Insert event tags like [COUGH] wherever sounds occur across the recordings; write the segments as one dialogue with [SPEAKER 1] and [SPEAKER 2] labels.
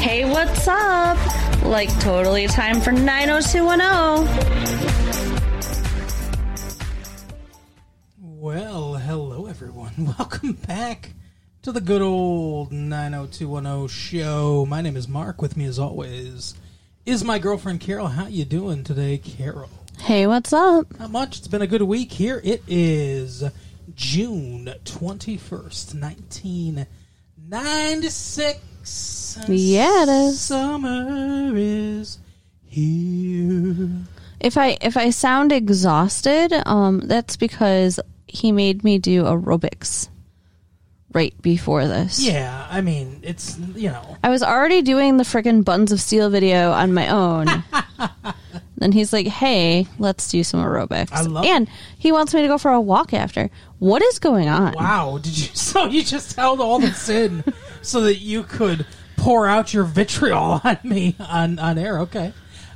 [SPEAKER 1] hey, what's up? Like, totally time for 90210.
[SPEAKER 2] Well, hello everyone. [LAUGHS] Welcome back to the good old 90210 show. My name is Mark. With me as always is my girlfriend Carol. How you doing today, Carol?
[SPEAKER 1] Hey, what's up?
[SPEAKER 2] Not much. It's been a good week. Here it is June 21st, 1996. And
[SPEAKER 1] Yeah, it is.
[SPEAKER 2] Summer is here.
[SPEAKER 1] If I if I sound exhausted, um, that's because he made me do aerobics right before this.
[SPEAKER 2] Yeah, I mean, it's, you know,
[SPEAKER 1] I was already doing the frickin' Buns of Steel video on my
[SPEAKER 2] [LAUGHS]
[SPEAKER 1] own. Then he's like, "Hey, let's do some aerobics,"
[SPEAKER 2] I love-
[SPEAKER 1] and he wants me to go for a walk after. What is going on?
[SPEAKER 2] Wow, did you [LAUGHS] so you just held all this in so that you could pour out your vitriol [LAUGHS] on me on, on air, okay.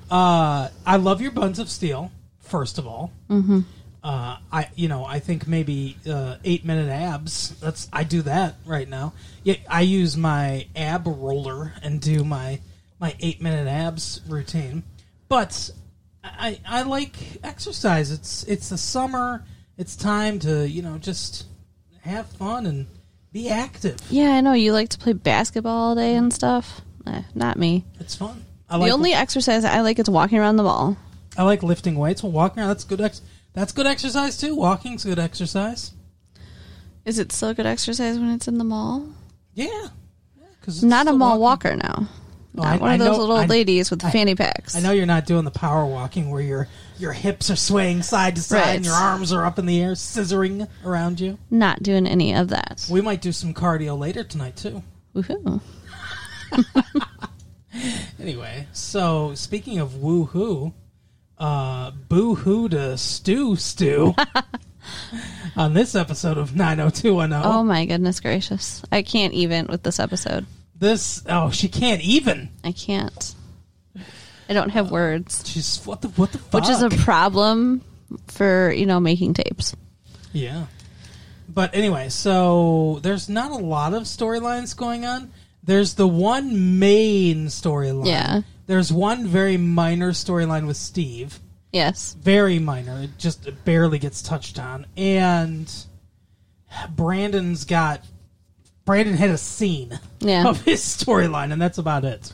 [SPEAKER 2] Uh, I love your buns of steel, first of all. Mm-hmm. Uh, I you know, I think maybe uh, eight minute abs. That's I do that right now. Yeah, I use my ab roller and do my my eight minute abs routine. But I I like exercise. It's it's the summer. It's time to, you know, just have fun and be active.
[SPEAKER 1] Yeah, I know you like to play basketball all day and stuff. Eh, not me.
[SPEAKER 2] It's fun. I
[SPEAKER 1] the
[SPEAKER 2] like
[SPEAKER 1] only exercise I like is walking around the ball.
[SPEAKER 2] I like lifting weights. Well, walking around that's good ex- that's good exercise too. Walking's good exercise.
[SPEAKER 1] Is it still good exercise when it's in the mall?
[SPEAKER 2] Yeah. Cuz
[SPEAKER 1] I'm not a mall walker now.
[SPEAKER 2] Oh,
[SPEAKER 1] not
[SPEAKER 2] I-
[SPEAKER 1] one of
[SPEAKER 2] I
[SPEAKER 1] those
[SPEAKER 2] know-
[SPEAKER 1] little
[SPEAKER 2] I-
[SPEAKER 1] ladies with
[SPEAKER 2] I-
[SPEAKER 1] fanny packs.
[SPEAKER 2] I know you're not doing the power walking where your your hips are swaying side to side
[SPEAKER 1] Right.
[SPEAKER 2] and your arms are up in the air scissoring around you.
[SPEAKER 1] Not doing any of that.
[SPEAKER 2] We might do some cardio later tonight too. Oh.
[SPEAKER 1] Woohoo.
[SPEAKER 2] Anyway, so speaking of woohoo, uh, boo-hoo to
[SPEAKER 1] [LAUGHS]
[SPEAKER 2] Stew Stew on this episode of 90210.
[SPEAKER 1] Oh my goodness gracious. I can't even with this episode.
[SPEAKER 2] This, oh, she can't even.
[SPEAKER 1] I can't. I don't have words,
[SPEAKER 2] She's, what the, what the fuck?
[SPEAKER 1] which is a problem for, you know, making tapes.
[SPEAKER 2] Yeah. But anyway, so there's not a lot of storylines going on. There's the one main storyline.
[SPEAKER 1] Yeah.
[SPEAKER 2] There's one very minor storyline with Steve.
[SPEAKER 1] Yes.
[SPEAKER 2] very minor. It just barely gets touched on. And Brandon's got Brandon had a scene
[SPEAKER 1] Yeah.
[SPEAKER 2] of his storyline, and that's about it.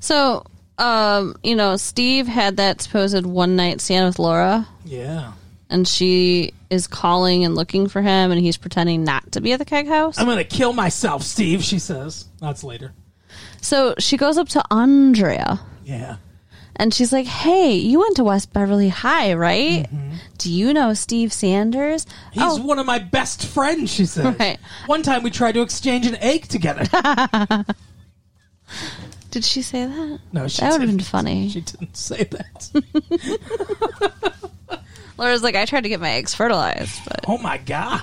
[SPEAKER 1] So, um, you know, Steve had that supposed one night stand with Laura,
[SPEAKER 2] Yeah,
[SPEAKER 1] and she is calling and looking for him, and he's pretending not to be at the keg house.
[SPEAKER 2] I'm gonna kill myself, Steve. She says. That's later.
[SPEAKER 1] So she goes up to Andrea,
[SPEAKER 2] Yeah,
[SPEAKER 1] and she's like, "Hey, you went to West Beverly High, right? Do you know Steve Sanders?
[SPEAKER 2] Mm-hmm. he's
[SPEAKER 1] oh,
[SPEAKER 2] one of my best friends. She says.
[SPEAKER 1] Right.
[SPEAKER 2] One time we tried to exchange an
[SPEAKER 1] [LAUGHS]
[SPEAKER 2] egg together.
[SPEAKER 1] did she say that?
[SPEAKER 2] No, she
[SPEAKER 1] that would have
[SPEAKER 2] didn't.
[SPEAKER 1] been funny.
[SPEAKER 2] she didn't say that.
[SPEAKER 1] Laura's like, I tried to get my eggs fertilized, but
[SPEAKER 2] oh my god.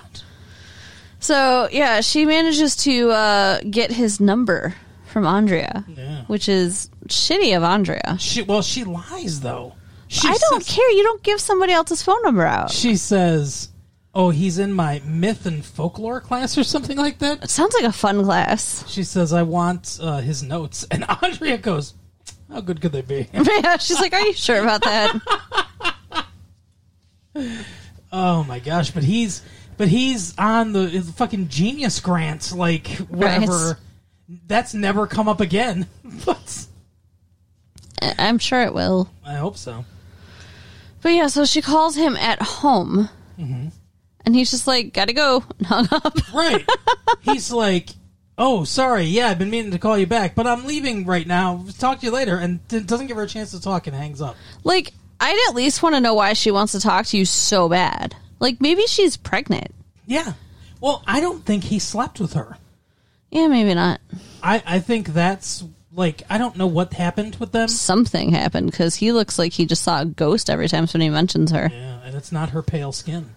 [SPEAKER 1] so yeah, she manages to uh, get his number from Andrea,
[SPEAKER 2] Yeah.
[SPEAKER 1] which is shitty of Andrea.
[SPEAKER 2] She well, she lies though. She
[SPEAKER 1] I don't
[SPEAKER 2] says-
[SPEAKER 1] care. You don't give somebody else's phone number out.
[SPEAKER 2] she says, "Oh, he's in my myth and folklore class or something like that."
[SPEAKER 1] It sounds like a fun class.
[SPEAKER 2] She says, "I want uh, his notes," and [LAUGHS] Andrea goes, "How good could they be?"
[SPEAKER 1] [LAUGHS] yeah, she's like, "Are you sure about that?"
[SPEAKER 2] oh my gosh! But he's but he's on the his fucking genius grant, like whatever. That's never come up again. [LAUGHS] but
[SPEAKER 1] I- [LAUGHS] I'm sure it will.
[SPEAKER 2] I hope so.
[SPEAKER 1] But yeah, so she calls him at home, and he's just like, "Gotta go," [LAUGHS] and hung up.
[SPEAKER 2] Right? [LAUGHS] he's like. Oh, sorry. Yeah, I've been meaning to call you back, but I'm leaving right now. Talk to you later, and d- doesn't give her a chance to talk and hangs up.
[SPEAKER 1] Like, I'd at least want to know why she wants to talk to you so bad. Like, maybe she's pregnant.
[SPEAKER 2] Yeah. Well, I don't think he slept with her.
[SPEAKER 1] Yeah, maybe not.
[SPEAKER 2] I, I think that's like I don't know what happened with them.
[SPEAKER 1] Something happened because he looks like he just saw a ghost every time somebody mentions her.
[SPEAKER 2] Yeah, and it's not her pale skin.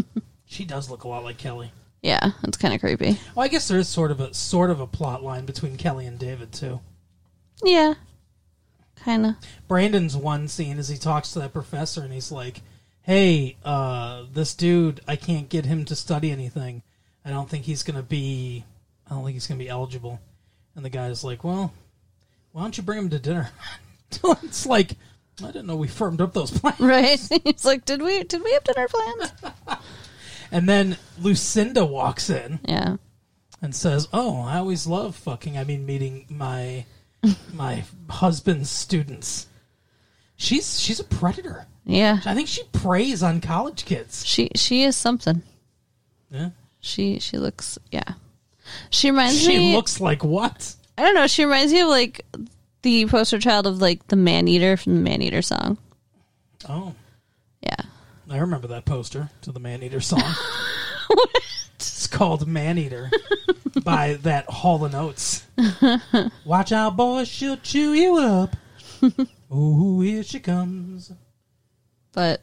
[SPEAKER 2] [LAUGHS] she does look a lot like Kelly.
[SPEAKER 1] Yeah, it's kind of creepy.
[SPEAKER 2] Well, I guess there is sort of a sort of a plot line between Kelly and David too.
[SPEAKER 1] Yeah, kind of.
[SPEAKER 2] Brandon's one scene is he talks to that professor and he's like, "Hey, uh, this dude, I can't get him to study anything. I don't think he's gonna be. I don't think he's gonna be eligible." And the guy's like, "Well, why don't you bring him to dinner? [LAUGHS] it's like, I didn't know we firmed up those [LAUGHS] plans.
[SPEAKER 1] [LAUGHS] Right? [LAUGHS] He's like, did we did we have dinner plans?
[SPEAKER 2] And then Lucinda walks in
[SPEAKER 1] Yeah.
[SPEAKER 2] and says, "Oh, I always love fucking. I mean, meeting my [LAUGHS] my husband's students. She's she's a predator.
[SPEAKER 1] Yeah.
[SPEAKER 2] I think she preys on college kids.
[SPEAKER 1] She she is something.
[SPEAKER 2] Yeah.
[SPEAKER 1] She she looks yeah. She reminds
[SPEAKER 2] She
[SPEAKER 1] me
[SPEAKER 2] looks like what?
[SPEAKER 1] I don't know, she reminds me of like the poster child of like the man eater from the man eater song.
[SPEAKER 2] Oh,
[SPEAKER 1] Yeah.
[SPEAKER 2] I remember that poster to the Man Eater song. It's called Man Eater by that Hall and Oates. Watch out, boy, she'll chew you up. Ooh, here she comes.
[SPEAKER 1] But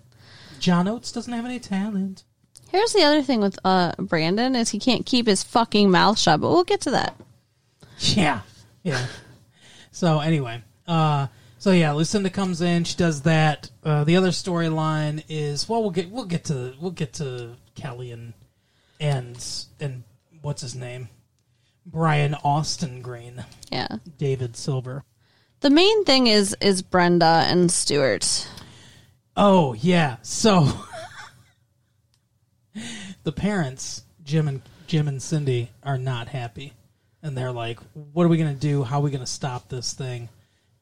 [SPEAKER 2] John Oates doesn't have any talent.
[SPEAKER 1] here's the other thing with uh Brandon is he can't keep his fucking mouth shut, but we'll get to that.
[SPEAKER 2] [LAUGHS] Yeah. Yeah. So anyway, uh so yeah, Lucinda comes in, she does that. Uh the other storyline is well we'll get we'll get to we'll get to Kelly and and and what's his name? Brian Austin Green,
[SPEAKER 1] Yeah.
[SPEAKER 2] David Silver.
[SPEAKER 1] The main thing is is Brenda and Stuart.
[SPEAKER 2] Oh yeah. So [LAUGHS] the parents, Jim and Jim and Cindy, are not happy, and they're like, "What are we going to do? How are we going to stop this thing?"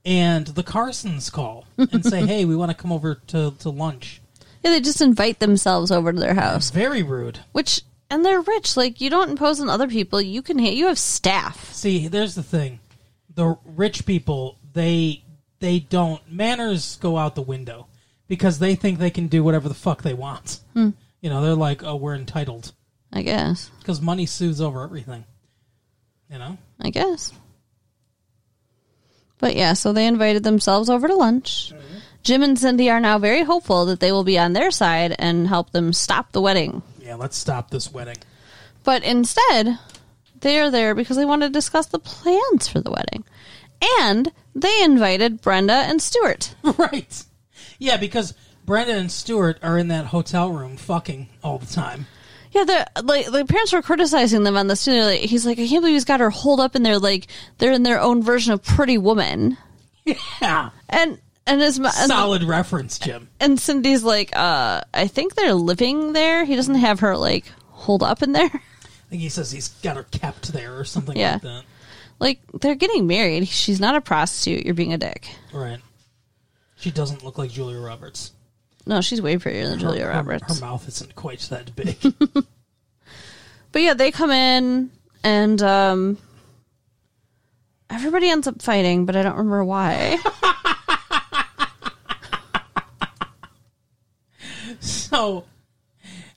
[SPEAKER 2] And the Carsons call and say, "Hey, we want to come over to to lunch."
[SPEAKER 1] Yeah, they just invite themselves over to their house.
[SPEAKER 2] Very rude.
[SPEAKER 1] Which and they're rich. Like you don't impose on other people. You can ha- you have staff.
[SPEAKER 2] See, there's the thing: the rich people they they don't manners go out the window because they think they can do whatever the fuck they want. You know, they're like, "Oh, we're entitled."
[SPEAKER 1] I guess.
[SPEAKER 2] because money soothes over everything. You know,
[SPEAKER 1] I guess. But yeah, so they invited themselves over to lunch. Jim and Cindy are now very hopeful that they will be on their side and help them stop the wedding.
[SPEAKER 2] yeah. Let's stop this
[SPEAKER 1] [LAUGHS]
[SPEAKER 2] wedding.
[SPEAKER 1] But instead, they are there because they want to discuss the plans for the wedding. And they invited Brenda and Stuart. [LAUGHS]
[SPEAKER 2] right? Yeah, because Brandon and Stuart are in that hotel room fucking all the time.
[SPEAKER 1] Yeah, the like the parents were criticizing them on this too. They're Like, he's like, I can't believe he's got her holed up in there. Like they're in their own version of Pretty Woman.
[SPEAKER 2] Yeah,
[SPEAKER 1] And and his mo- and,
[SPEAKER 2] [LAUGHS] solid reference, Jim.
[SPEAKER 1] and Cindy's like, uh, I think they're living there. He doesn't have her like holed up in there. [LAUGHS]
[SPEAKER 2] I think he says he's got her kept there or something
[SPEAKER 1] Yeah.
[SPEAKER 2] like that.
[SPEAKER 1] Like they're getting married. She's not a prostitute. You're being a dick.
[SPEAKER 2] Right? She doesn't look like Julia Roberts.
[SPEAKER 1] No, she's way prettier than Julia
[SPEAKER 2] Her-
[SPEAKER 1] Roberts.
[SPEAKER 2] Her, mouth isn't quite that big. [LAUGHS]
[SPEAKER 1] But yeah, they come in and um everybody ends up fighting, but I don't remember
[SPEAKER 2] [LAUGHS]
[SPEAKER 1] why.
[SPEAKER 2] so,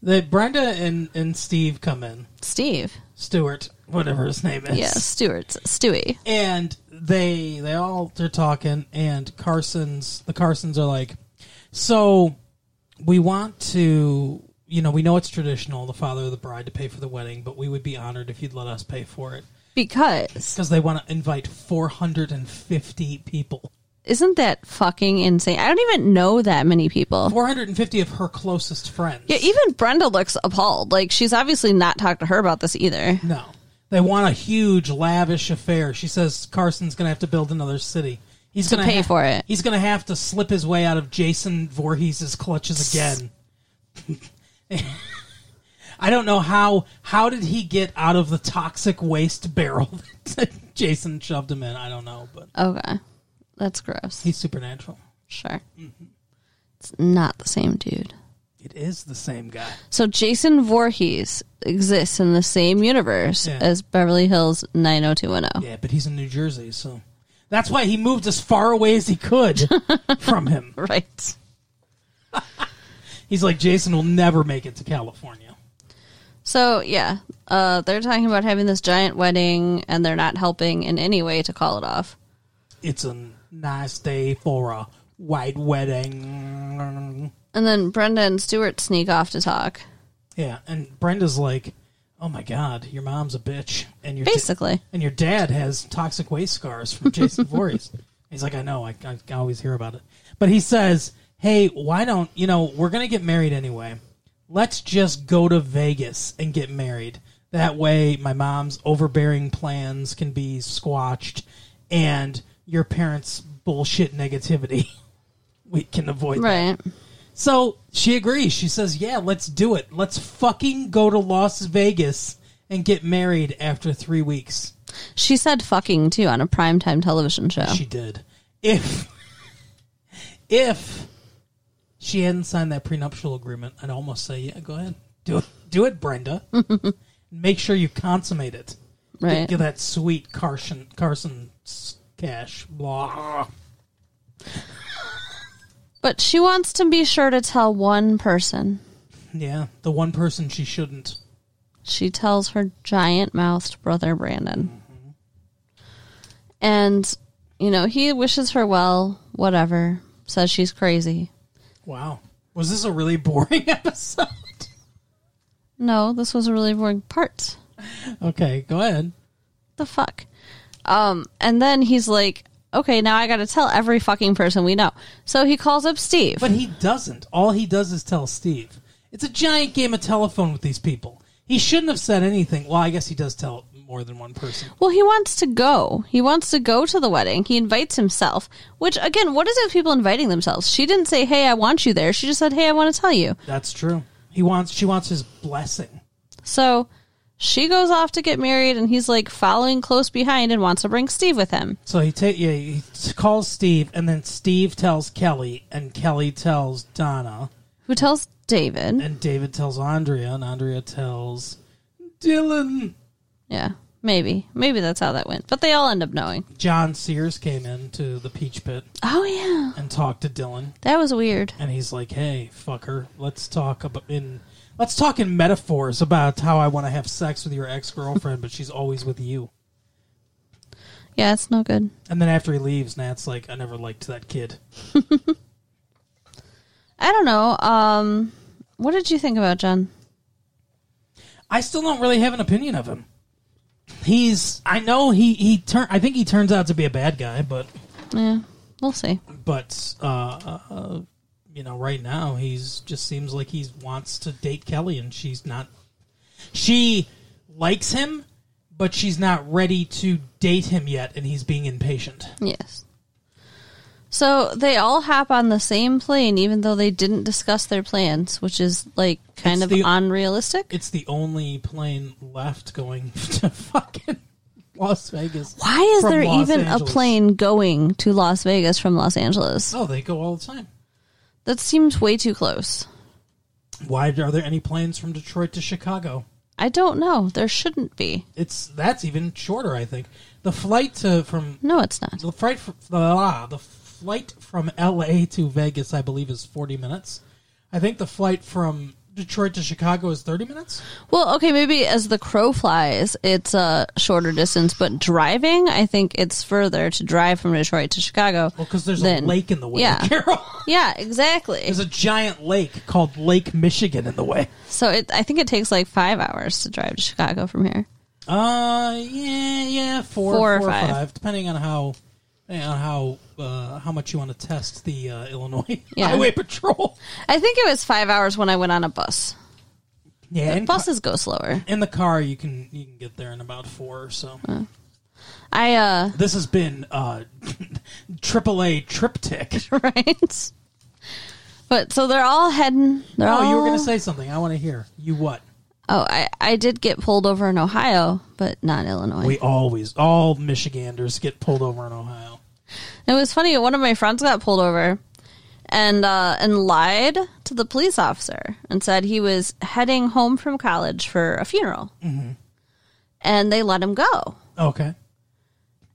[SPEAKER 2] the Brenda and and Steve come in.
[SPEAKER 1] Steve.
[SPEAKER 2] Stuart, whatever his name is.
[SPEAKER 1] Yeah, Stuart's Stewie.
[SPEAKER 2] and they they all they're talking and carson's the carsons are like so we want to you know we know it's traditional the father of the bride to pay for the wedding but we would be honored if you'd let us pay for it
[SPEAKER 1] Because
[SPEAKER 2] because they want to invite 450 people
[SPEAKER 1] Isn't that fucking insane? I don't even know that many people.
[SPEAKER 2] 450 of her closest friends
[SPEAKER 1] Yeah, even Brenda looks appalled. Like she's obviously not talked to her about this either.
[SPEAKER 2] no they want a huge lavish affair she says carson's gonna have to build another city He's
[SPEAKER 1] To
[SPEAKER 2] gonna
[SPEAKER 1] pay
[SPEAKER 2] ha-
[SPEAKER 1] for it.
[SPEAKER 2] He's gonna have to slip his way out of Jason Voorhees' clutches again. [LAUGHS] I don't know how how did he get out of the toxic waste barrel [LAUGHS] that Jason shoved him in. I don't know, but
[SPEAKER 1] Okay. That's gross.
[SPEAKER 2] he's supernatural.
[SPEAKER 1] Sure.
[SPEAKER 2] Mm-hmm.
[SPEAKER 1] It's not the same dude.
[SPEAKER 2] It is the same guy.
[SPEAKER 1] So Jason Voorhees exists in the same universe
[SPEAKER 2] Yeah.
[SPEAKER 1] as Beverly Hills 90210.
[SPEAKER 2] Yeah, but he's in New Jersey, so that's why he moved as far away as he
[SPEAKER 1] [LAUGHS]
[SPEAKER 2] could from him.
[SPEAKER 1] [LAUGHS] Right.
[SPEAKER 2] He's like Jason will never make it to California.
[SPEAKER 1] So, yeah, uh, they're talking about having this giant wedding and they're not helping in any way to call it off.
[SPEAKER 2] It's a nice day for a white wedding.
[SPEAKER 1] And then Brenda and Stuart sneak off to talk.
[SPEAKER 2] Yeah, and Brenda's like, "Oh my god, your mom's a bitch, and your da-
[SPEAKER 1] Basically.
[SPEAKER 2] and your dad has toxic waste scars from Jason Voorhees." He's like, "I know, I, I always hear about it," but he says, "Hey, why don't you know we're gonna get married anyway? Let's just go to Vegas and get married. That way, my mom's overbearing plans can be squashed, and." your parents' bullshit negativity. [LAUGHS] we can avoid that.
[SPEAKER 1] Right.
[SPEAKER 2] So she agrees. She says, Yeah, let's do it. Let's fucking go to Las Vegas and get married after three weeks.
[SPEAKER 1] She said fucking too on a primetime television show.
[SPEAKER 2] She did. If if she hadn't signed that prenuptial agreement, I'd almost say, Yeah, go ahead. Do it do it, Brenda. Make sure you consummate it.
[SPEAKER 1] right.
[SPEAKER 2] Get that sweet Carson Carson's cash. Blah.
[SPEAKER 1] But she wants to be sure to tell one person.
[SPEAKER 2] Yeah. The one person she shouldn't.
[SPEAKER 1] She tells her giant mouthed brother Brandon. And, you know, he wishes her well, whatever, says she's crazy.
[SPEAKER 2] Wow. Was this a really [LAUGHS] boring episode?
[SPEAKER 1] No, this was a really boring part.
[SPEAKER 2] okay, go ahead.
[SPEAKER 1] The fuck? Um, and then he's like, okay, now I gotta tell every fucking person we know. So he calls up Steve.
[SPEAKER 2] But he doesn't. All he does is tell Steve. It's a giant game of telephone with these people. He shouldn't have said anything. Well, I guess he does tell more than one person.
[SPEAKER 1] Well, he wants to go. He wants to go to the wedding. He invites himself, which, again, what is it with people inviting themselves? She didn't say, hey, I want you there. She just said, hey, I want to tell you.
[SPEAKER 2] That's true. He wants she wants his blessing.
[SPEAKER 1] So she goes off to get married, and he's like following close behind and wants to bring Steve with him.
[SPEAKER 2] So he ta- yeah, he s- calls Steve and then Steve tells Kelly and Kelly tells Donna
[SPEAKER 1] Who tells David?
[SPEAKER 2] and David tells Andrea and Andrea tells Dylan.
[SPEAKER 1] Yeah, maybe. Maybe that's how that went. But they all end up knowing.
[SPEAKER 2] John Sears came in to the peach pit
[SPEAKER 1] Oh, yeah.
[SPEAKER 2] and talked to Dylan
[SPEAKER 1] That was weird.
[SPEAKER 2] and he's like, "Hey, fucker, let's talk about in let's talk in metaphors about how I want to have sex with your ex girlfriend, but she's always with you."
[SPEAKER 1] Yeah, it's no good.
[SPEAKER 2] And then after he leaves, Nat's like, "I never liked that kid."
[SPEAKER 1] I don't know. Um, what did you think about John?
[SPEAKER 2] I still don't really have an opinion of him. He's I know he he turn I think he turns out to be a bad guy, but
[SPEAKER 1] Yeah, we'll see.
[SPEAKER 2] but uh, uh you know right now he's just seems like he wants to date Kelly and she's not she likes him but she's not ready to date him yet and he's being impatient
[SPEAKER 1] Yes. So they all hop on the same plane, even though they didn't discuss their plans, which is like kind
[SPEAKER 2] It's
[SPEAKER 1] of
[SPEAKER 2] the-
[SPEAKER 1] unrealistic.
[SPEAKER 2] it's the only plane left going [LAUGHS] to fucking Las Vegas
[SPEAKER 1] Why is
[SPEAKER 2] from
[SPEAKER 1] there
[SPEAKER 2] Los
[SPEAKER 1] even a
[SPEAKER 2] Angeles.
[SPEAKER 1] plane going to Las Vegas from Los Angeles?
[SPEAKER 2] oh they go all the time
[SPEAKER 1] That seems way too close.
[SPEAKER 2] why are there any planes from Detroit to Chicago
[SPEAKER 1] I don't know. There shouldn't be.
[SPEAKER 2] it's that's even shorter I think the flight to from
[SPEAKER 1] No, it's not.
[SPEAKER 2] The flight from uh, the flight from L.A. to Vegas, I believe, is forty minutes. I think the flight from Detroit to Chicago is thirty minutes.
[SPEAKER 1] Well, okay, maybe as the crow flies, it's a shorter distance, but driving, I think it's further to drive from Detroit to Chicago.
[SPEAKER 2] Well, because there's
[SPEAKER 1] than-
[SPEAKER 2] a lake in the way,
[SPEAKER 1] Yeah.
[SPEAKER 2] Carol. [LAUGHS]
[SPEAKER 1] Yeah, exactly.
[SPEAKER 2] There's a giant lake called Lake Michigan in the way.
[SPEAKER 1] So it, I think it takes like five hours to drive to Chicago from here.
[SPEAKER 2] Uh, yeah, yeah, four,
[SPEAKER 1] Four
[SPEAKER 2] four
[SPEAKER 1] or
[SPEAKER 2] or
[SPEAKER 1] five.
[SPEAKER 2] five. depending on how, depending on how, uh, how much you want to test the uh, Illinois
[SPEAKER 1] Yeah.
[SPEAKER 2] Highway Patrol.
[SPEAKER 1] I think it was five hours when I went on a bus.
[SPEAKER 2] Yeah, in, ca-
[SPEAKER 1] Buses go slower.
[SPEAKER 2] in the car you can you can get there in about four or so.
[SPEAKER 1] I, uh, [LAUGHS]
[SPEAKER 2] This has been uh, [LAUGHS] AAA triptych.
[SPEAKER 1] right? But so they're all heading. They're
[SPEAKER 2] Oh,
[SPEAKER 1] all,
[SPEAKER 2] you were going to say something. I want to hear. You what?
[SPEAKER 1] Oh, I, I did get pulled over in Ohio, but not Illinois.
[SPEAKER 2] We always, all Michiganders get pulled over in Ohio.
[SPEAKER 1] It was funny. One of my friends got pulled over and uh, and lied to the police officer and said he was heading home from college for a funeral, and they let him go.
[SPEAKER 2] Okay.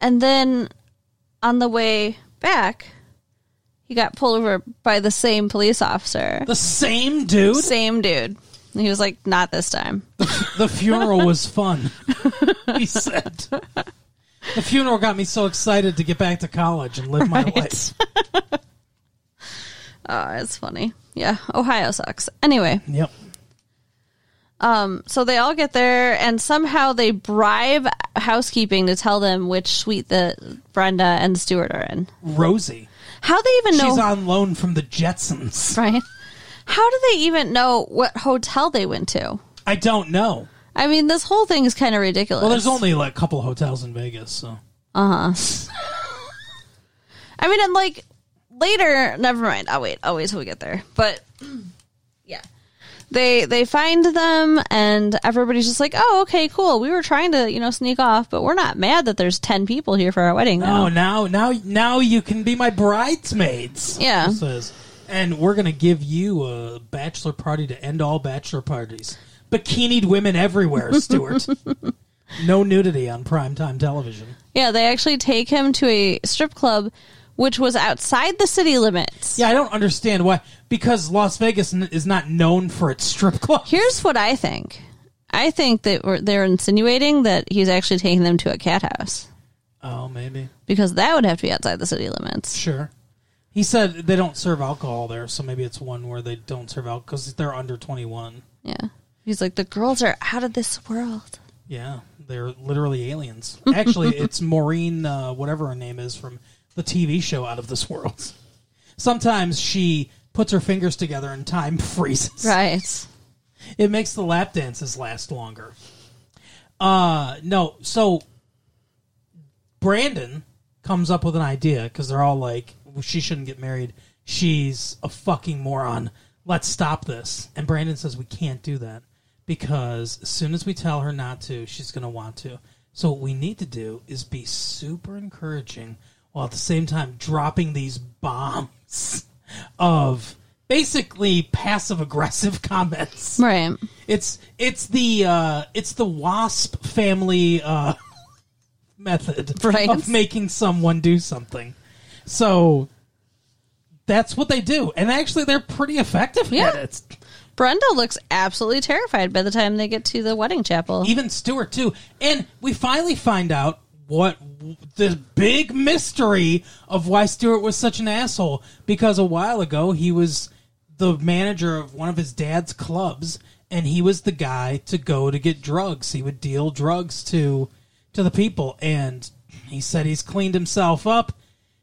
[SPEAKER 1] And then on the way back, he got pulled over by the same police officer,
[SPEAKER 2] The same dude.
[SPEAKER 1] same dude. And he was like, "Not this time." [LAUGHS]
[SPEAKER 2] The funeral was [LAUGHS] fun, he said. The funeral got me so excited to get back to college and live my [LAUGHS] life.
[SPEAKER 1] Oh, it's funny. Yeah, Ohio sucks. Anyway,
[SPEAKER 2] Yep.
[SPEAKER 1] um, so they all get there, and somehow they bribe housekeeping to tell them which suite the Brenda and the steward are in.
[SPEAKER 2] Rosie.
[SPEAKER 1] How they even know?
[SPEAKER 2] She's on loan from the
[SPEAKER 1] [LAUGHS]
[SPEAKER 2] Jetsons.
[SPEAKER 1] right? How do they even know what hotel they went to?
[SPEAKER 2] I don't know.
[SPEAKER 1] I mean, this whole thing is kind of ridiculous.
[SPEAKER 2] Well, there's only like a couple hotels in Vegas, so.
[SPEAKER 1] uh huh. I mean, and like later, never mind. I'll wait. I'll wait till we get there. But [CLEARS THROAT] yeah, they they find them, and everybody's just like, "Oh, okay, cool. We were trying to, you know, sneak off, but we're not mad that there's ten people here for our wedding now."
[SPEAKER 2] Oh, now, now, now you can be my bridesmaids.
[SPEAKER 1] Yeah.
[SPEAKER 2] she says, and we're gonna give you a bachelor party to end all bachelor parties. Bikinied women everywhere, Stuart. no nudity on primetime television.
[SPEAKER 1] Yeah, they actually take him to a strip club, which was outside the city limits.
[SPEAKER 2] Yeah, I don't understand why. Because Las Vegas n- is not known for its strip club.
[SPEAKER 1] Here's what I think. I think that we're, they're insinuating that he's actually taking them to a cat house
[SPEAKER 2] Oh, maybe.
[SPEAKER 1] because that would have to be outside the city limits.
[SPEAKER 2] Sure. He said they don't serve alcohol there, so maybe it's one where they don't serve alcohol because they're under 21.
[SPEAKER 1] Yeah. He's like, the girls are out of this world.
[SPEAKER 2] Yeah, they're literally aliens. Actually, it's Maureen, uh, whatever her name is, from the TV show Out of This World. Sometimes she puts her fingers together and time [LAUGHS] freezes.
[SPEAKER 1] Right.
[SPEAKER 2] It makes the lap dances last longer. Uh, no, so Brandon comes up with an idea because they're all like, "Well, she shouldn't get married. She's a fucking moron. Let's stop this. And Brandon says, we can't do that because as soon as we tell her not to, she's going to want to. So what we need to do is be super encouraging while at the same time dropping these bombs [LAUGHS] of basically passive aggressive comments.
[SPEAKER 1] Right.
[SPEAKER 2] It's it's the uh, it's the wasp family uh, [LAUGHS] method
[SPEAKER 1] Right.
[SPEAKER 2] of making someone do something. So that's what they do, and actually they're pretty effective
[SPEAKER 1] Yeah.
[SPEAKER 2] at it.
[SPEAKER 1] Brenda looks absolutely terrified by the time they get to the wedding chapel.
[SPEAKER 2] Even Stewart too, and we finally find out what w- the big mystery of why Stewart was such an asshole. Because a while ago he was the manager of one of his dad's clubs, and he was the guy to go to get drugs. He would deal drugs to to the people, and he said he's cleaned himself up.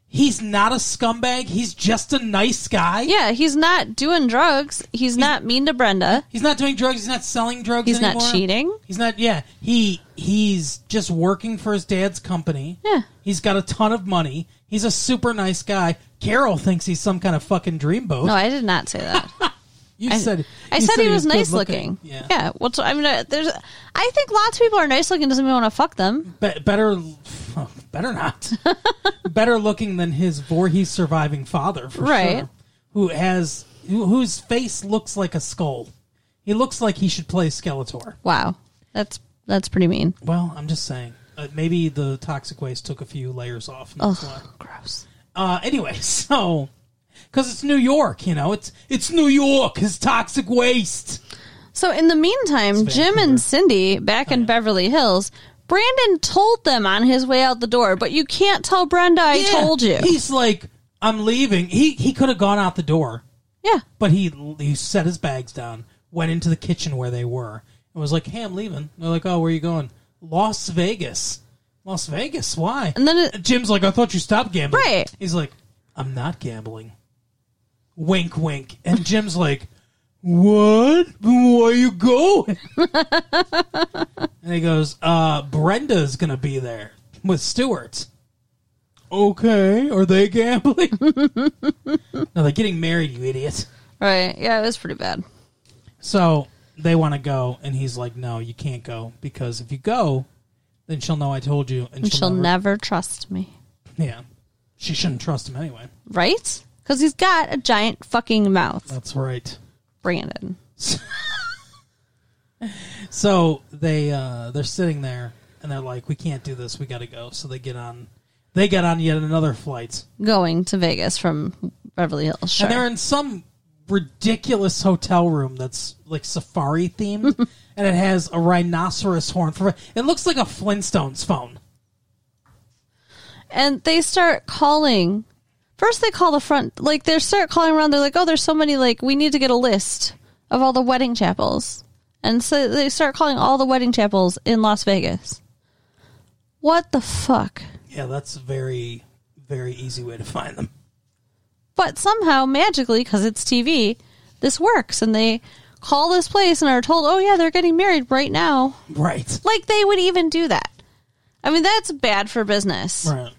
[SPEAKER 2] He's not a scumbag. He's just a nice guy.
[SPEAKER 1] Yeah, he's not doing drugs. He's, not mean to Brenda.
[SPEAKER 2] He's not doing drugs. He's not selling drugs.
[SPEAKER 1] He's not
[SPEAKER 2] anymore.
[SPEAKER 1] cheating.
[SPEAKER 2] He's not. Yeah, he he's just working for his dad's company.
[SPEAKER 1] Yeah.
[SPEAKER 2] he's got a ton of money. He's a super nice guy. Carol thinks he's some kind of fucking dreamboat.
[SPEAKER 1] No, I did not say that.
[SPEAKER 2] you
[SPEAKER 1] I
[SPEAKER 2] said
[SPEAKER 1] I
[SPEAKER 2] you
[SPEAKER 1] said, he was
[SPEAKER 2] good
[SPEAKER 1] nice looking.
[SPEAKER 2] Yeah,
[SPEAKER 1] Yeah. Well, so, I mean, uh, there's. I think lots of people are nice looking. Doesn't mean I want to fuck them.
[SPEAKER 2] Be- better, oh,
[SPEAKER 1] [LAUGHS]
[SPEAKER 2] better not. better looking than his Voorhees surviving father, for
[SPEAKER 1] Right.
[SPEAKER 2] sure. Who has who, whose face looks like a skull. He looks like he should play Skeletor.
[SPEAKER 1] Wow. That's that's pretty mean.
[SPEAKER 2] Well, I'm just saying. Uh, maybe the toxic waste took a few layers off. and that's why.
[SPEAKER 1] Ugh, gross.
[SPEAKER 2] Uh, anyway, [LAUGHS] so because it's New York, you know, it's it's New York. His toxic waste.
[SPEAKER 1] So in the meantime, Jim and Cindy back
[SPEAKER 2] Oh,
[SPEAKER 1] in Beverly Hills, Brandon told them on his way out the door, but you can't tell Brenda I
[SPEAKER 2] Yeah,
[SPEAKER 1] told you.
[SPEAKER 2] He's like, I'm leaving. He he could have gone out the door,
[SPEAKER 1] yeah.
[SPEAKER 2] but he he set his bags down, went into the kitchen where they were, and was like, Hey, I'm leaving. They're like, Oh, where are you going? Las Vegas. Las Vegas. Why?
[SPEAKER 1] And then it-
[SPEAKER 2] Jim's like, I thought you stopped gambling.
[SPEAKER 1] Right.
[SPEAKER 2] He's like, I'm not gambling. Wink, wink. And Jim's like, What? Where
[SPEAKER 1] [LAUGHS]
[SPEAKER 2] you going? and he goes, uh, Brenda's going to be there with Stewart. Okay. Are they
[SPEAKER 1] [LAUGHS]
[SPEAKER 2] gambling? no, they're getting married, you idiot.
[SPEAKER 1] Right. Yeah, it was pretty bad.
[SPEAKER 2] So they want to go, and he's like, No, you can't go because if you go, then she'll know I told you, and,
[SPEAKER 1] And she'll never trust me.
[SPEAKER 2] Yeah, she shouldn't trust him anyway.
[SPEAKER 1] Right? Because he's got a giant fucking mouth,
[SPEAKER 2] That's right.
[SPEAKER 1] Brandon.
[SPEAKER 2] So they uh, they're sitting there, and they're like, "We can't do this. We got to go." So they get on. They get on yet another flight,
[SPEAKER 1] Going to Vegas from Beverly Hills. Sure.
[SPEAKER 2] and they're in some ridiculous hotel room that's like safari [LAUGHS] themed, and it has a rhinoceros horn for. It looks like a Flintstones phone.
[SPEAKER 1] and they start calling. First, they call the front, like they start calling around. They're like, "Oh, there's so many. Like, we need to get a list of all the wedding chapels." And so they start calling all the wedding chapels in Las Vegas. What the fuck?
[SPEAKER 2] Yeah, that's a very very easy way to find them.
[SPEAKER 1] But somehow, magically, because it's TV, this works, and they call this place and are told, "Oh yeah, they're getting married right now."
[SPEAKER 2] Right.
[SPEAKER 1] Like they would even do that. I mean, that's bad for business.
[SPEAKER 2] Right.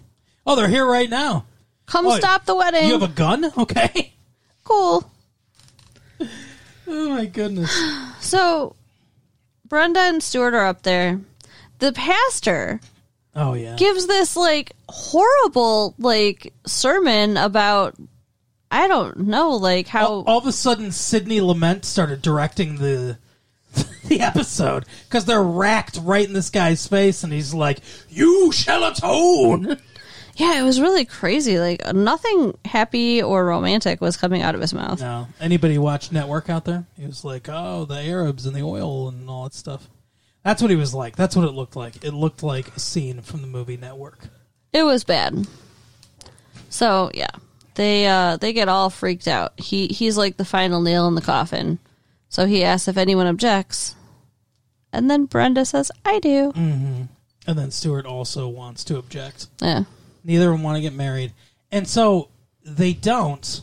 [SPEAKER 2] Oh, they're here right now.
[SPEAKER 1] Come
[SPEAKER 2] Oh,
[SPEAKER 1] stop the wedding.
[SPEAKER 2] You have a gun? Okay.
[SPEAKER 1] cool.
[SPEAKER 2] Oh my goodness.
[SPEAKER 1] So Brenda and Stuart are up there. The pastor
[SPEAKER 2] Oh yeah.
[SPEAKER 1] gives this like horrible like sermon about I don't know like how
[SPEAKER 2] all, all of a sudden, Sydney Lament started directing the [LAUGHS] the episode because they're racked right in this guy's face, and he's like, "You shall atone."
[SPEAKER 1] yeah it was really crazy like nothing happy or romantic was coming out of his mouth.
[SPEAKER 2] Now, anybody watch Network out there? He was like, "Oh, the Arabs and the oil and all that stuff." That's what he was like. That's what it looked like. It looked like a scene from the movie Network.
[SPEAKER 1] It was bad. So yeah, they uh, they get all freaked out. He he's like the final nail in the coffin. So he asks if anyone objects, and then Brenda says, "I do."
[SPEAKER 2] Mm. And then Stewart also wants to object.
[SPEAKER 1] Yeah,
[SPEAKER 2] Neither of them want to get married. And so they don't.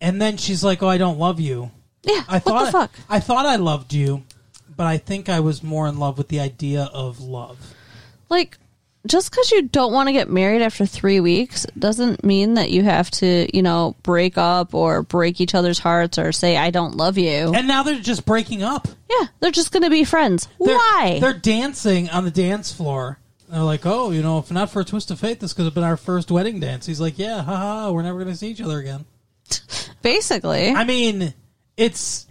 [SPEAKER 2] And then she's like, Oh, I don't love you.
[SPEAKER 1] yeah.
[SPEAKER 2] I
[SPEAKER 1] what
[SPEAKER 2] thought
[SPEAKER 1] the fuck?
[SPEAKER 2] I thought I loved you, but I think I was more in love with the idea of love.
[SPEAKER 1] Like, just because you don't want to get married after three weeks doesn't mean that you have to, you know, break up or break each other's hearts or say I don't love you.
[SPEAKER 2] And now they're just breaking up.
[SPEAKER 1] yeah, they're just gonna be friends.
[SPEAKER 2] They're,
[SPEAKER 1] Why?
[SPEAKER 2] They're dancing on the dance floor. They're like, Oh, you know, if not for a twist of fate, this could have been our first wedding dance. He's like, Yeah, haha, we're never gonna see each other again.
[SPEAKER 1] Basically,
[SPEAKER 2] I mean, it's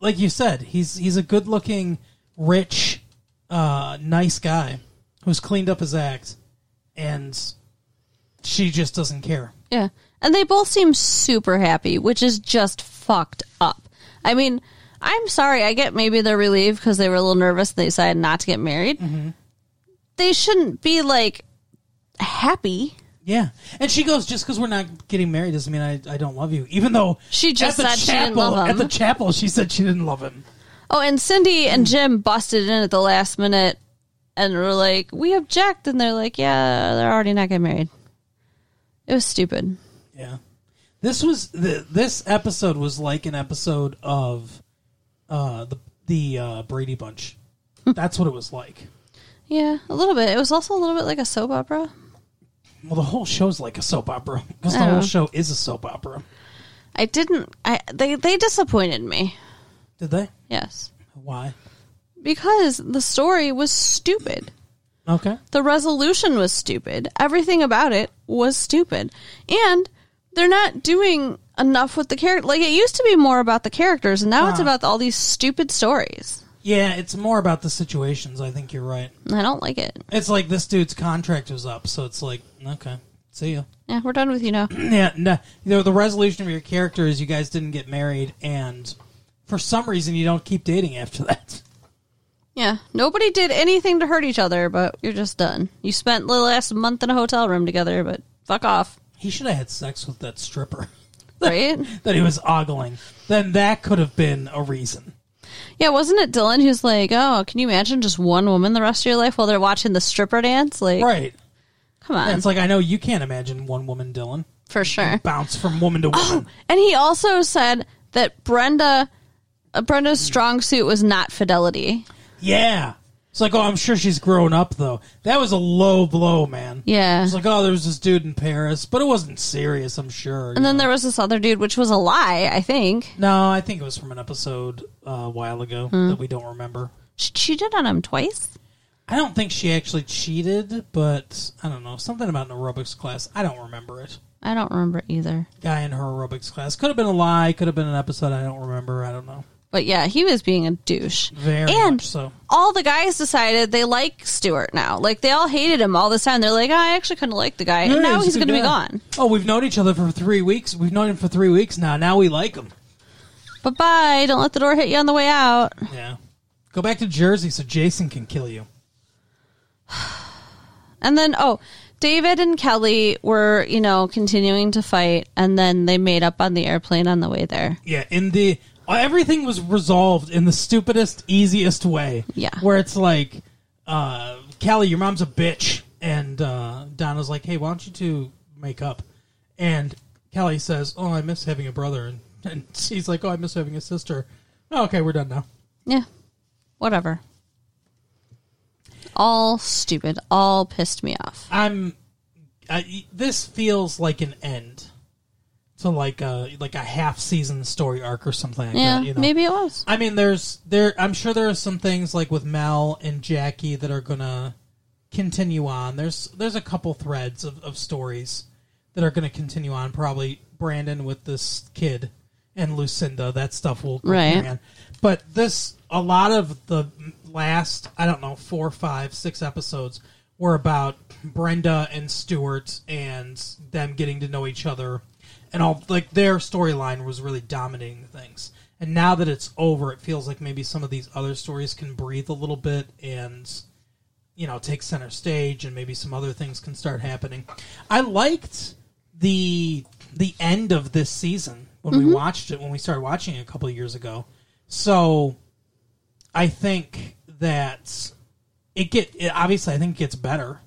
[SPEAKER 2] like you said, he's he's a good looking, rich, uh, nice guy who's cleaned up his act, and she just doesn't care.
[SPEAKER 1] Yeah. And they both seem super happy, which is just fucked up. I mean, I'm sorry. I get maybe they're relieved because they were a little nervous and they decided not to get married.
[SPEAKER 2] Mm-hmm.
[SPEAKER 1] They shouldn't be like happy.
[SPEAKER 2] Yeah, and she goes, just because we're not getting married doesn't mean I, I don't love you. Even though
[SPEAKER 1] She just
[SPEAKER 2] at the
[SPEAKER 1] said she
[SPEAKER 2] chapel,
[SPEAKER 1] didn't love him.
[SPEAKER 2] At the chapel, she said she didn't love him.
[SPEAKER 1] Oh, and Cindy and Jim busted in at the last minute and were like, we object. And they're like, yeah, they're already not getting married. It was stupid.
[SPEAKER 2] Yeah, this was the, this episode was like an episode of uh, the the uh,
[SPEAKER 1] [LAUGHS]
[SPEAKER 2] Brady Bunch. That's what it was like.
[SPEAKER 1] Yeah, a little bit. It was also a little bit like a soap opera.
[SPEAKER 2] Well, the whole show's like a soap opera because the
[SPEAKER 1] Oh.
[SPEAKER 2] whole show is a soap opera.
[SPEAKER 1] I didn't, I, they, they disappointed me.
[SPEAKER 2] Did they?
[SPEAKER 1] Yes.
[SPEAKER 2] Why?
[SPEAKER 1] Because the story was stupid.
[SPEAKER 2] Okay.
[SPEAKER 1] The resolution was stupid. Everything about it was stupid. And they're not doing enough with the character. Like, it used to be more about the characters, and now it's about all these stupid stories.
[SPEAKER 2] Yeah, it's more about the situations. I think you're right.
[SPEAKER 1] And I don't like it.
[SPEAKER 2] It's like this dude's contract was up, so it's like, okay, see ya.
[SPEAKER 1] Yeah, we're done with you now.
[SPEAKER 2] Yeah, no, you know, the resolution of your character is you guys didn't get married, and for some reason you don't keep dating after that. [LAUGHS]
[SPEAKER 1] Yeah, nobody did anything to hurt each other, but you're just done. You spent the last month in a hotel room together, but fuck
[SPEAKER 2] [LAUGHS]
[SPEAKER 1] off,
[SPEAKER 2] He should have had sex with that stripper [LAUGHS]
[SPEAKER 1] right?
[SPEAKER 2] that he was ogling. Then that could have been a reason.
[SPEAKER 1] yeah, wasn't it Dylan who's like, oh, can you imagine just one woman the rest of your life while they're watching the stripper dance? Like,
[SPEAKER 2] Right.
[SPEAKER 1] come on.
[SPEAKER 2] And it's like, I know you can't imagine one woman, Dylan,
[SPEAKER 1] For sure.
[SPEAKER 2] bounce from woman to woman.
[SPEAKER 1] And he also said that Brenda uh, Brenda's strong suit was not fidelity.
[SPEAKER 2] Yeah. It's like, oh, I'm sure she's grown up, though. That was a low blow, man.
[SPEAKER 1] Yeah.
[SPEAKER 2] It's like, oh, there was this dude in Paris, but it wasn't serious, I'm sure.
[SPEAKER 1] And then there was this other dude which was a lie, I think.
[SPEAKER 2] no, I think it was from an episode uh, a while ago that we don't remember.
[SPEAKER 1] She cheated on him twice.
[SPEAKER 2] I don't think she actually cheated, but I don't know. Something about an aerobics class. I don't remember it.
[SPEAKER 1] I don't remember either.
[SPEAKER 2] Guy in her aerobics class. Could have been a lie. Could have been an episode. I don't remember. I don't know.
[SPEAKER 1] But yeah, he was being a douche.
[SPEAKER 2] Very
[SPEAKER 1] and
[SPEAKER 2] much so.
[SPEAKER 1] all the guys decided they like Stewart now. Like they all hated him all this time. They're like, "Oh, I actually kind of like the guy. And
[SPEAKER 2] Yeah,
[SPEAKER 1] now he's
[SPEAKER 2] a
[SPEAKER 1] going
[SPEAKER 2] good
[SPEAKER 1] to be
[SPEAKER 2] guy.
[SPEAKER 1] gone.
[SPEAKER 2] Oh, we've known each other for three weeks. We've known him for three weeks now. Now we like him.
[SPEAKER 1] Bye bye. Don't let the door hit you on the way out.
[SPEAKER 2] Yeah. Go back to Jersey so Jason can kill you.
[SPEAKER 1] And then, oh, David and Kelly were, you know, continuing to fight, and then they made up on the airplane on the way there.
[SPEAKER 2] Yeah, in the uh, everything was resolved in the stupidest, easiest way.
[SPEAKER 1] Yeah.
[SPEAKER 2] where it's like, uh, Callie, your mom's a bitch, and uh, Donna's like, hey, why don't you two make up? And Callie says, oh, I miss having a brother, and, and she's like, oh, I miss having a sister. Oh, okay, we're done now.
[SPEAKER 1] Yeah. Whatever. All stupid. All pissed me off.
[SPEAKER 2] I'm I, this feels like an end to like a like a half season story arc or something. Like
[SPEAKER 1] Yeah,
[SPEAKER 2] that, you know?
[SPEAKER 1] maybe it was.
[SPEAKER 2] I mean, there's there. I'm sure there are some things like with Mal and Jackie that are gonna continue on. There's there's a couple threads of, of stories that are gonna continue on. Probably Brandon with this kid and Lucinda. That stuff will will
[SPEAKER 1] Right.
[SPEAKER 2] carry on. Oh, But this a lot of the last I don't know four, five, six episodes were about Brenda and Stuart and them getting to know each other and all like their storyline was really dominating the things. And now that it's over, it feels like maybe some of these other stories can breathe a little bit and you know take center stage and maybe some other things can start happening. I liked the the end of this season when we watched it when we started watching it a couple of years ago. So I think that it get it, obviously I think it gets better,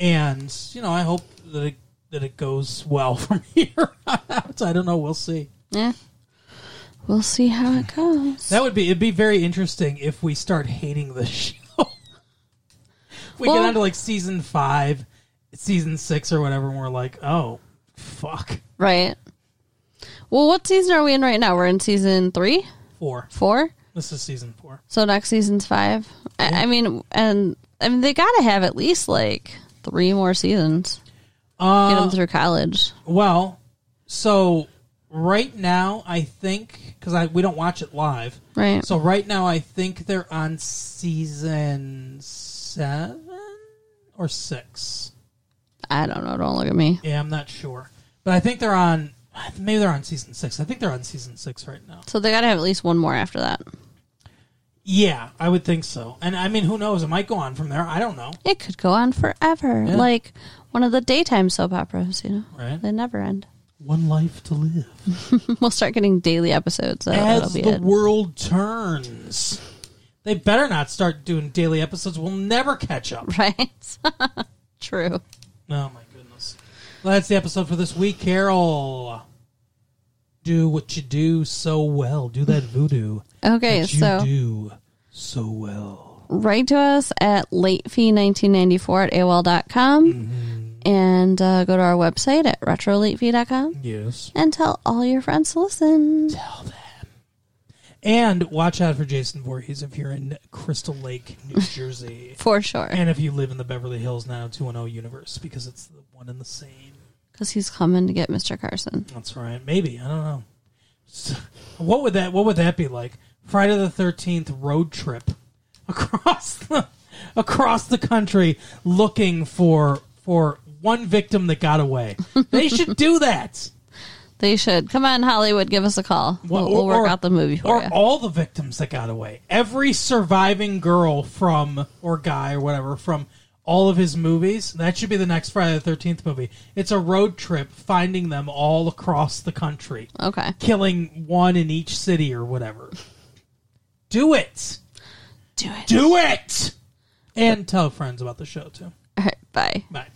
[SPEAKER 2] and you know I hope that it, that it goes well [LAUGHS] from here on out. I don't know. We'll see.
[SPEAKER 1] Yeah. We'll see how it goes.
[SPEAKER 2] That would be it'd be very interesting if we start hating the [LAUGHS] show. If we
[SPEAKER 1] Well-
[SPEAKER 2] get onto like season five, season six, or whatever, and we're like, oh fuck,
[SPEAKER 1] Right. Well, what season are we in right now? We're in season three,
[SPEAKER 2] four.
[SPEAKER 1] four.
[SPEAKER 2] This is season four.
[SPEAKER 1] So next season's five. I, I mean, and I mean, they gotta have at least like three more seasons. Get them through college.
[SPEAKER 2] Uh, Well, so right now I think because I we don't watch it live,
[SPEAKER 1] Right.
[SPEAKER 2] So right now, I think they're on season seven or six.
[SPEAKER 1] I don't know. Don't look at me.
[SPEAKER 2] Yeah, I'm not sure, but I think they're on. Maybe they're on season six. I think they're on season six right now.
[SPEAKER 1] So they gotta have at least one more after that.
[SPEAKER 2] Yeah, I would think so. And I mean, who knows? It might go on from there. I don't know.
[SPEAKER 1] It could go on forever,
[SPEAKER 2] Yeah.
[SPEAKER 1] like one of the daytime soap operas. You know,
[SPEAKER 2] Right.
[SPEAKER 1] they never end. [LAUGHS]
[SPEAKER 2] One life to live.
[SPEAKER 1] We'll start getting daily episodes. So that'll
[SPEAKER 2] As
[SPEAKER 1] be
[SPEAKER 2] the
[SPEAKER 1] it.
[SPEAKER 2] world turns, they better not start doing daily episodes. We'll never catch up.
[SPEAKER 1] [LAUGHS] right. [LAUGHS] True.
[SPEAKER 2] Oh my goodness. Well, that's the episode for this week, Carol. Do what you do so well. Do that voodoo.
[SPEAKER 1] Okay,
[SPEAKER 2] that you
[SPEAKER 1] so
[SPEAKER 2] do so well.
[SPEAKER 1] write to us at latefee1994 at AOL.com and uh, go to our website at retrolatefee.com
[SPEAKER 2] Yes.
[SPEAKER 1] and tell all your friends to listen.
[SPEAKER 2] And watch out for Jason Voorhees if you're in Crystal Lake, New [LAUGHS] Jersey.
[SPEAKER 1] For sure.
[SPEAKER 2] and if you live in the Beverly Hills 90210 universe, because it's the one and the same.
[SPEAKER 1] Because he's coming to get Mr. Carson.
[SPEAKER 2] That's right. Maybe. I don't know. [LAUGHS] So, what would that what would that be like? Friday the thirteenth road trip [LAUGHS] across the across the country looking for for one victim that got away. They should do that.
[SPEAKER 1] They should. Come on, Hollywood, give us a call. We'll, we'll work out the movie for
[SPEAKER 2] or
[SPEAKER 1] you.
[SPEAKER 2] all the victims that got away. Every surviving girl from or guy or whatever from all of his movies. That should be the next Friday the thirteenth movie. It's a road trip finding them all across the country
[SPEAKER 1] okay.
[SPEAKER 2] killing one in each city or whatever. Do it.
[SPEAKER 1] Do it.
[SPEAKER 2] Do it. And tell friends about the show too.
[SPEAKER 1] All right, bye.
[SPEAKER 2] Bye.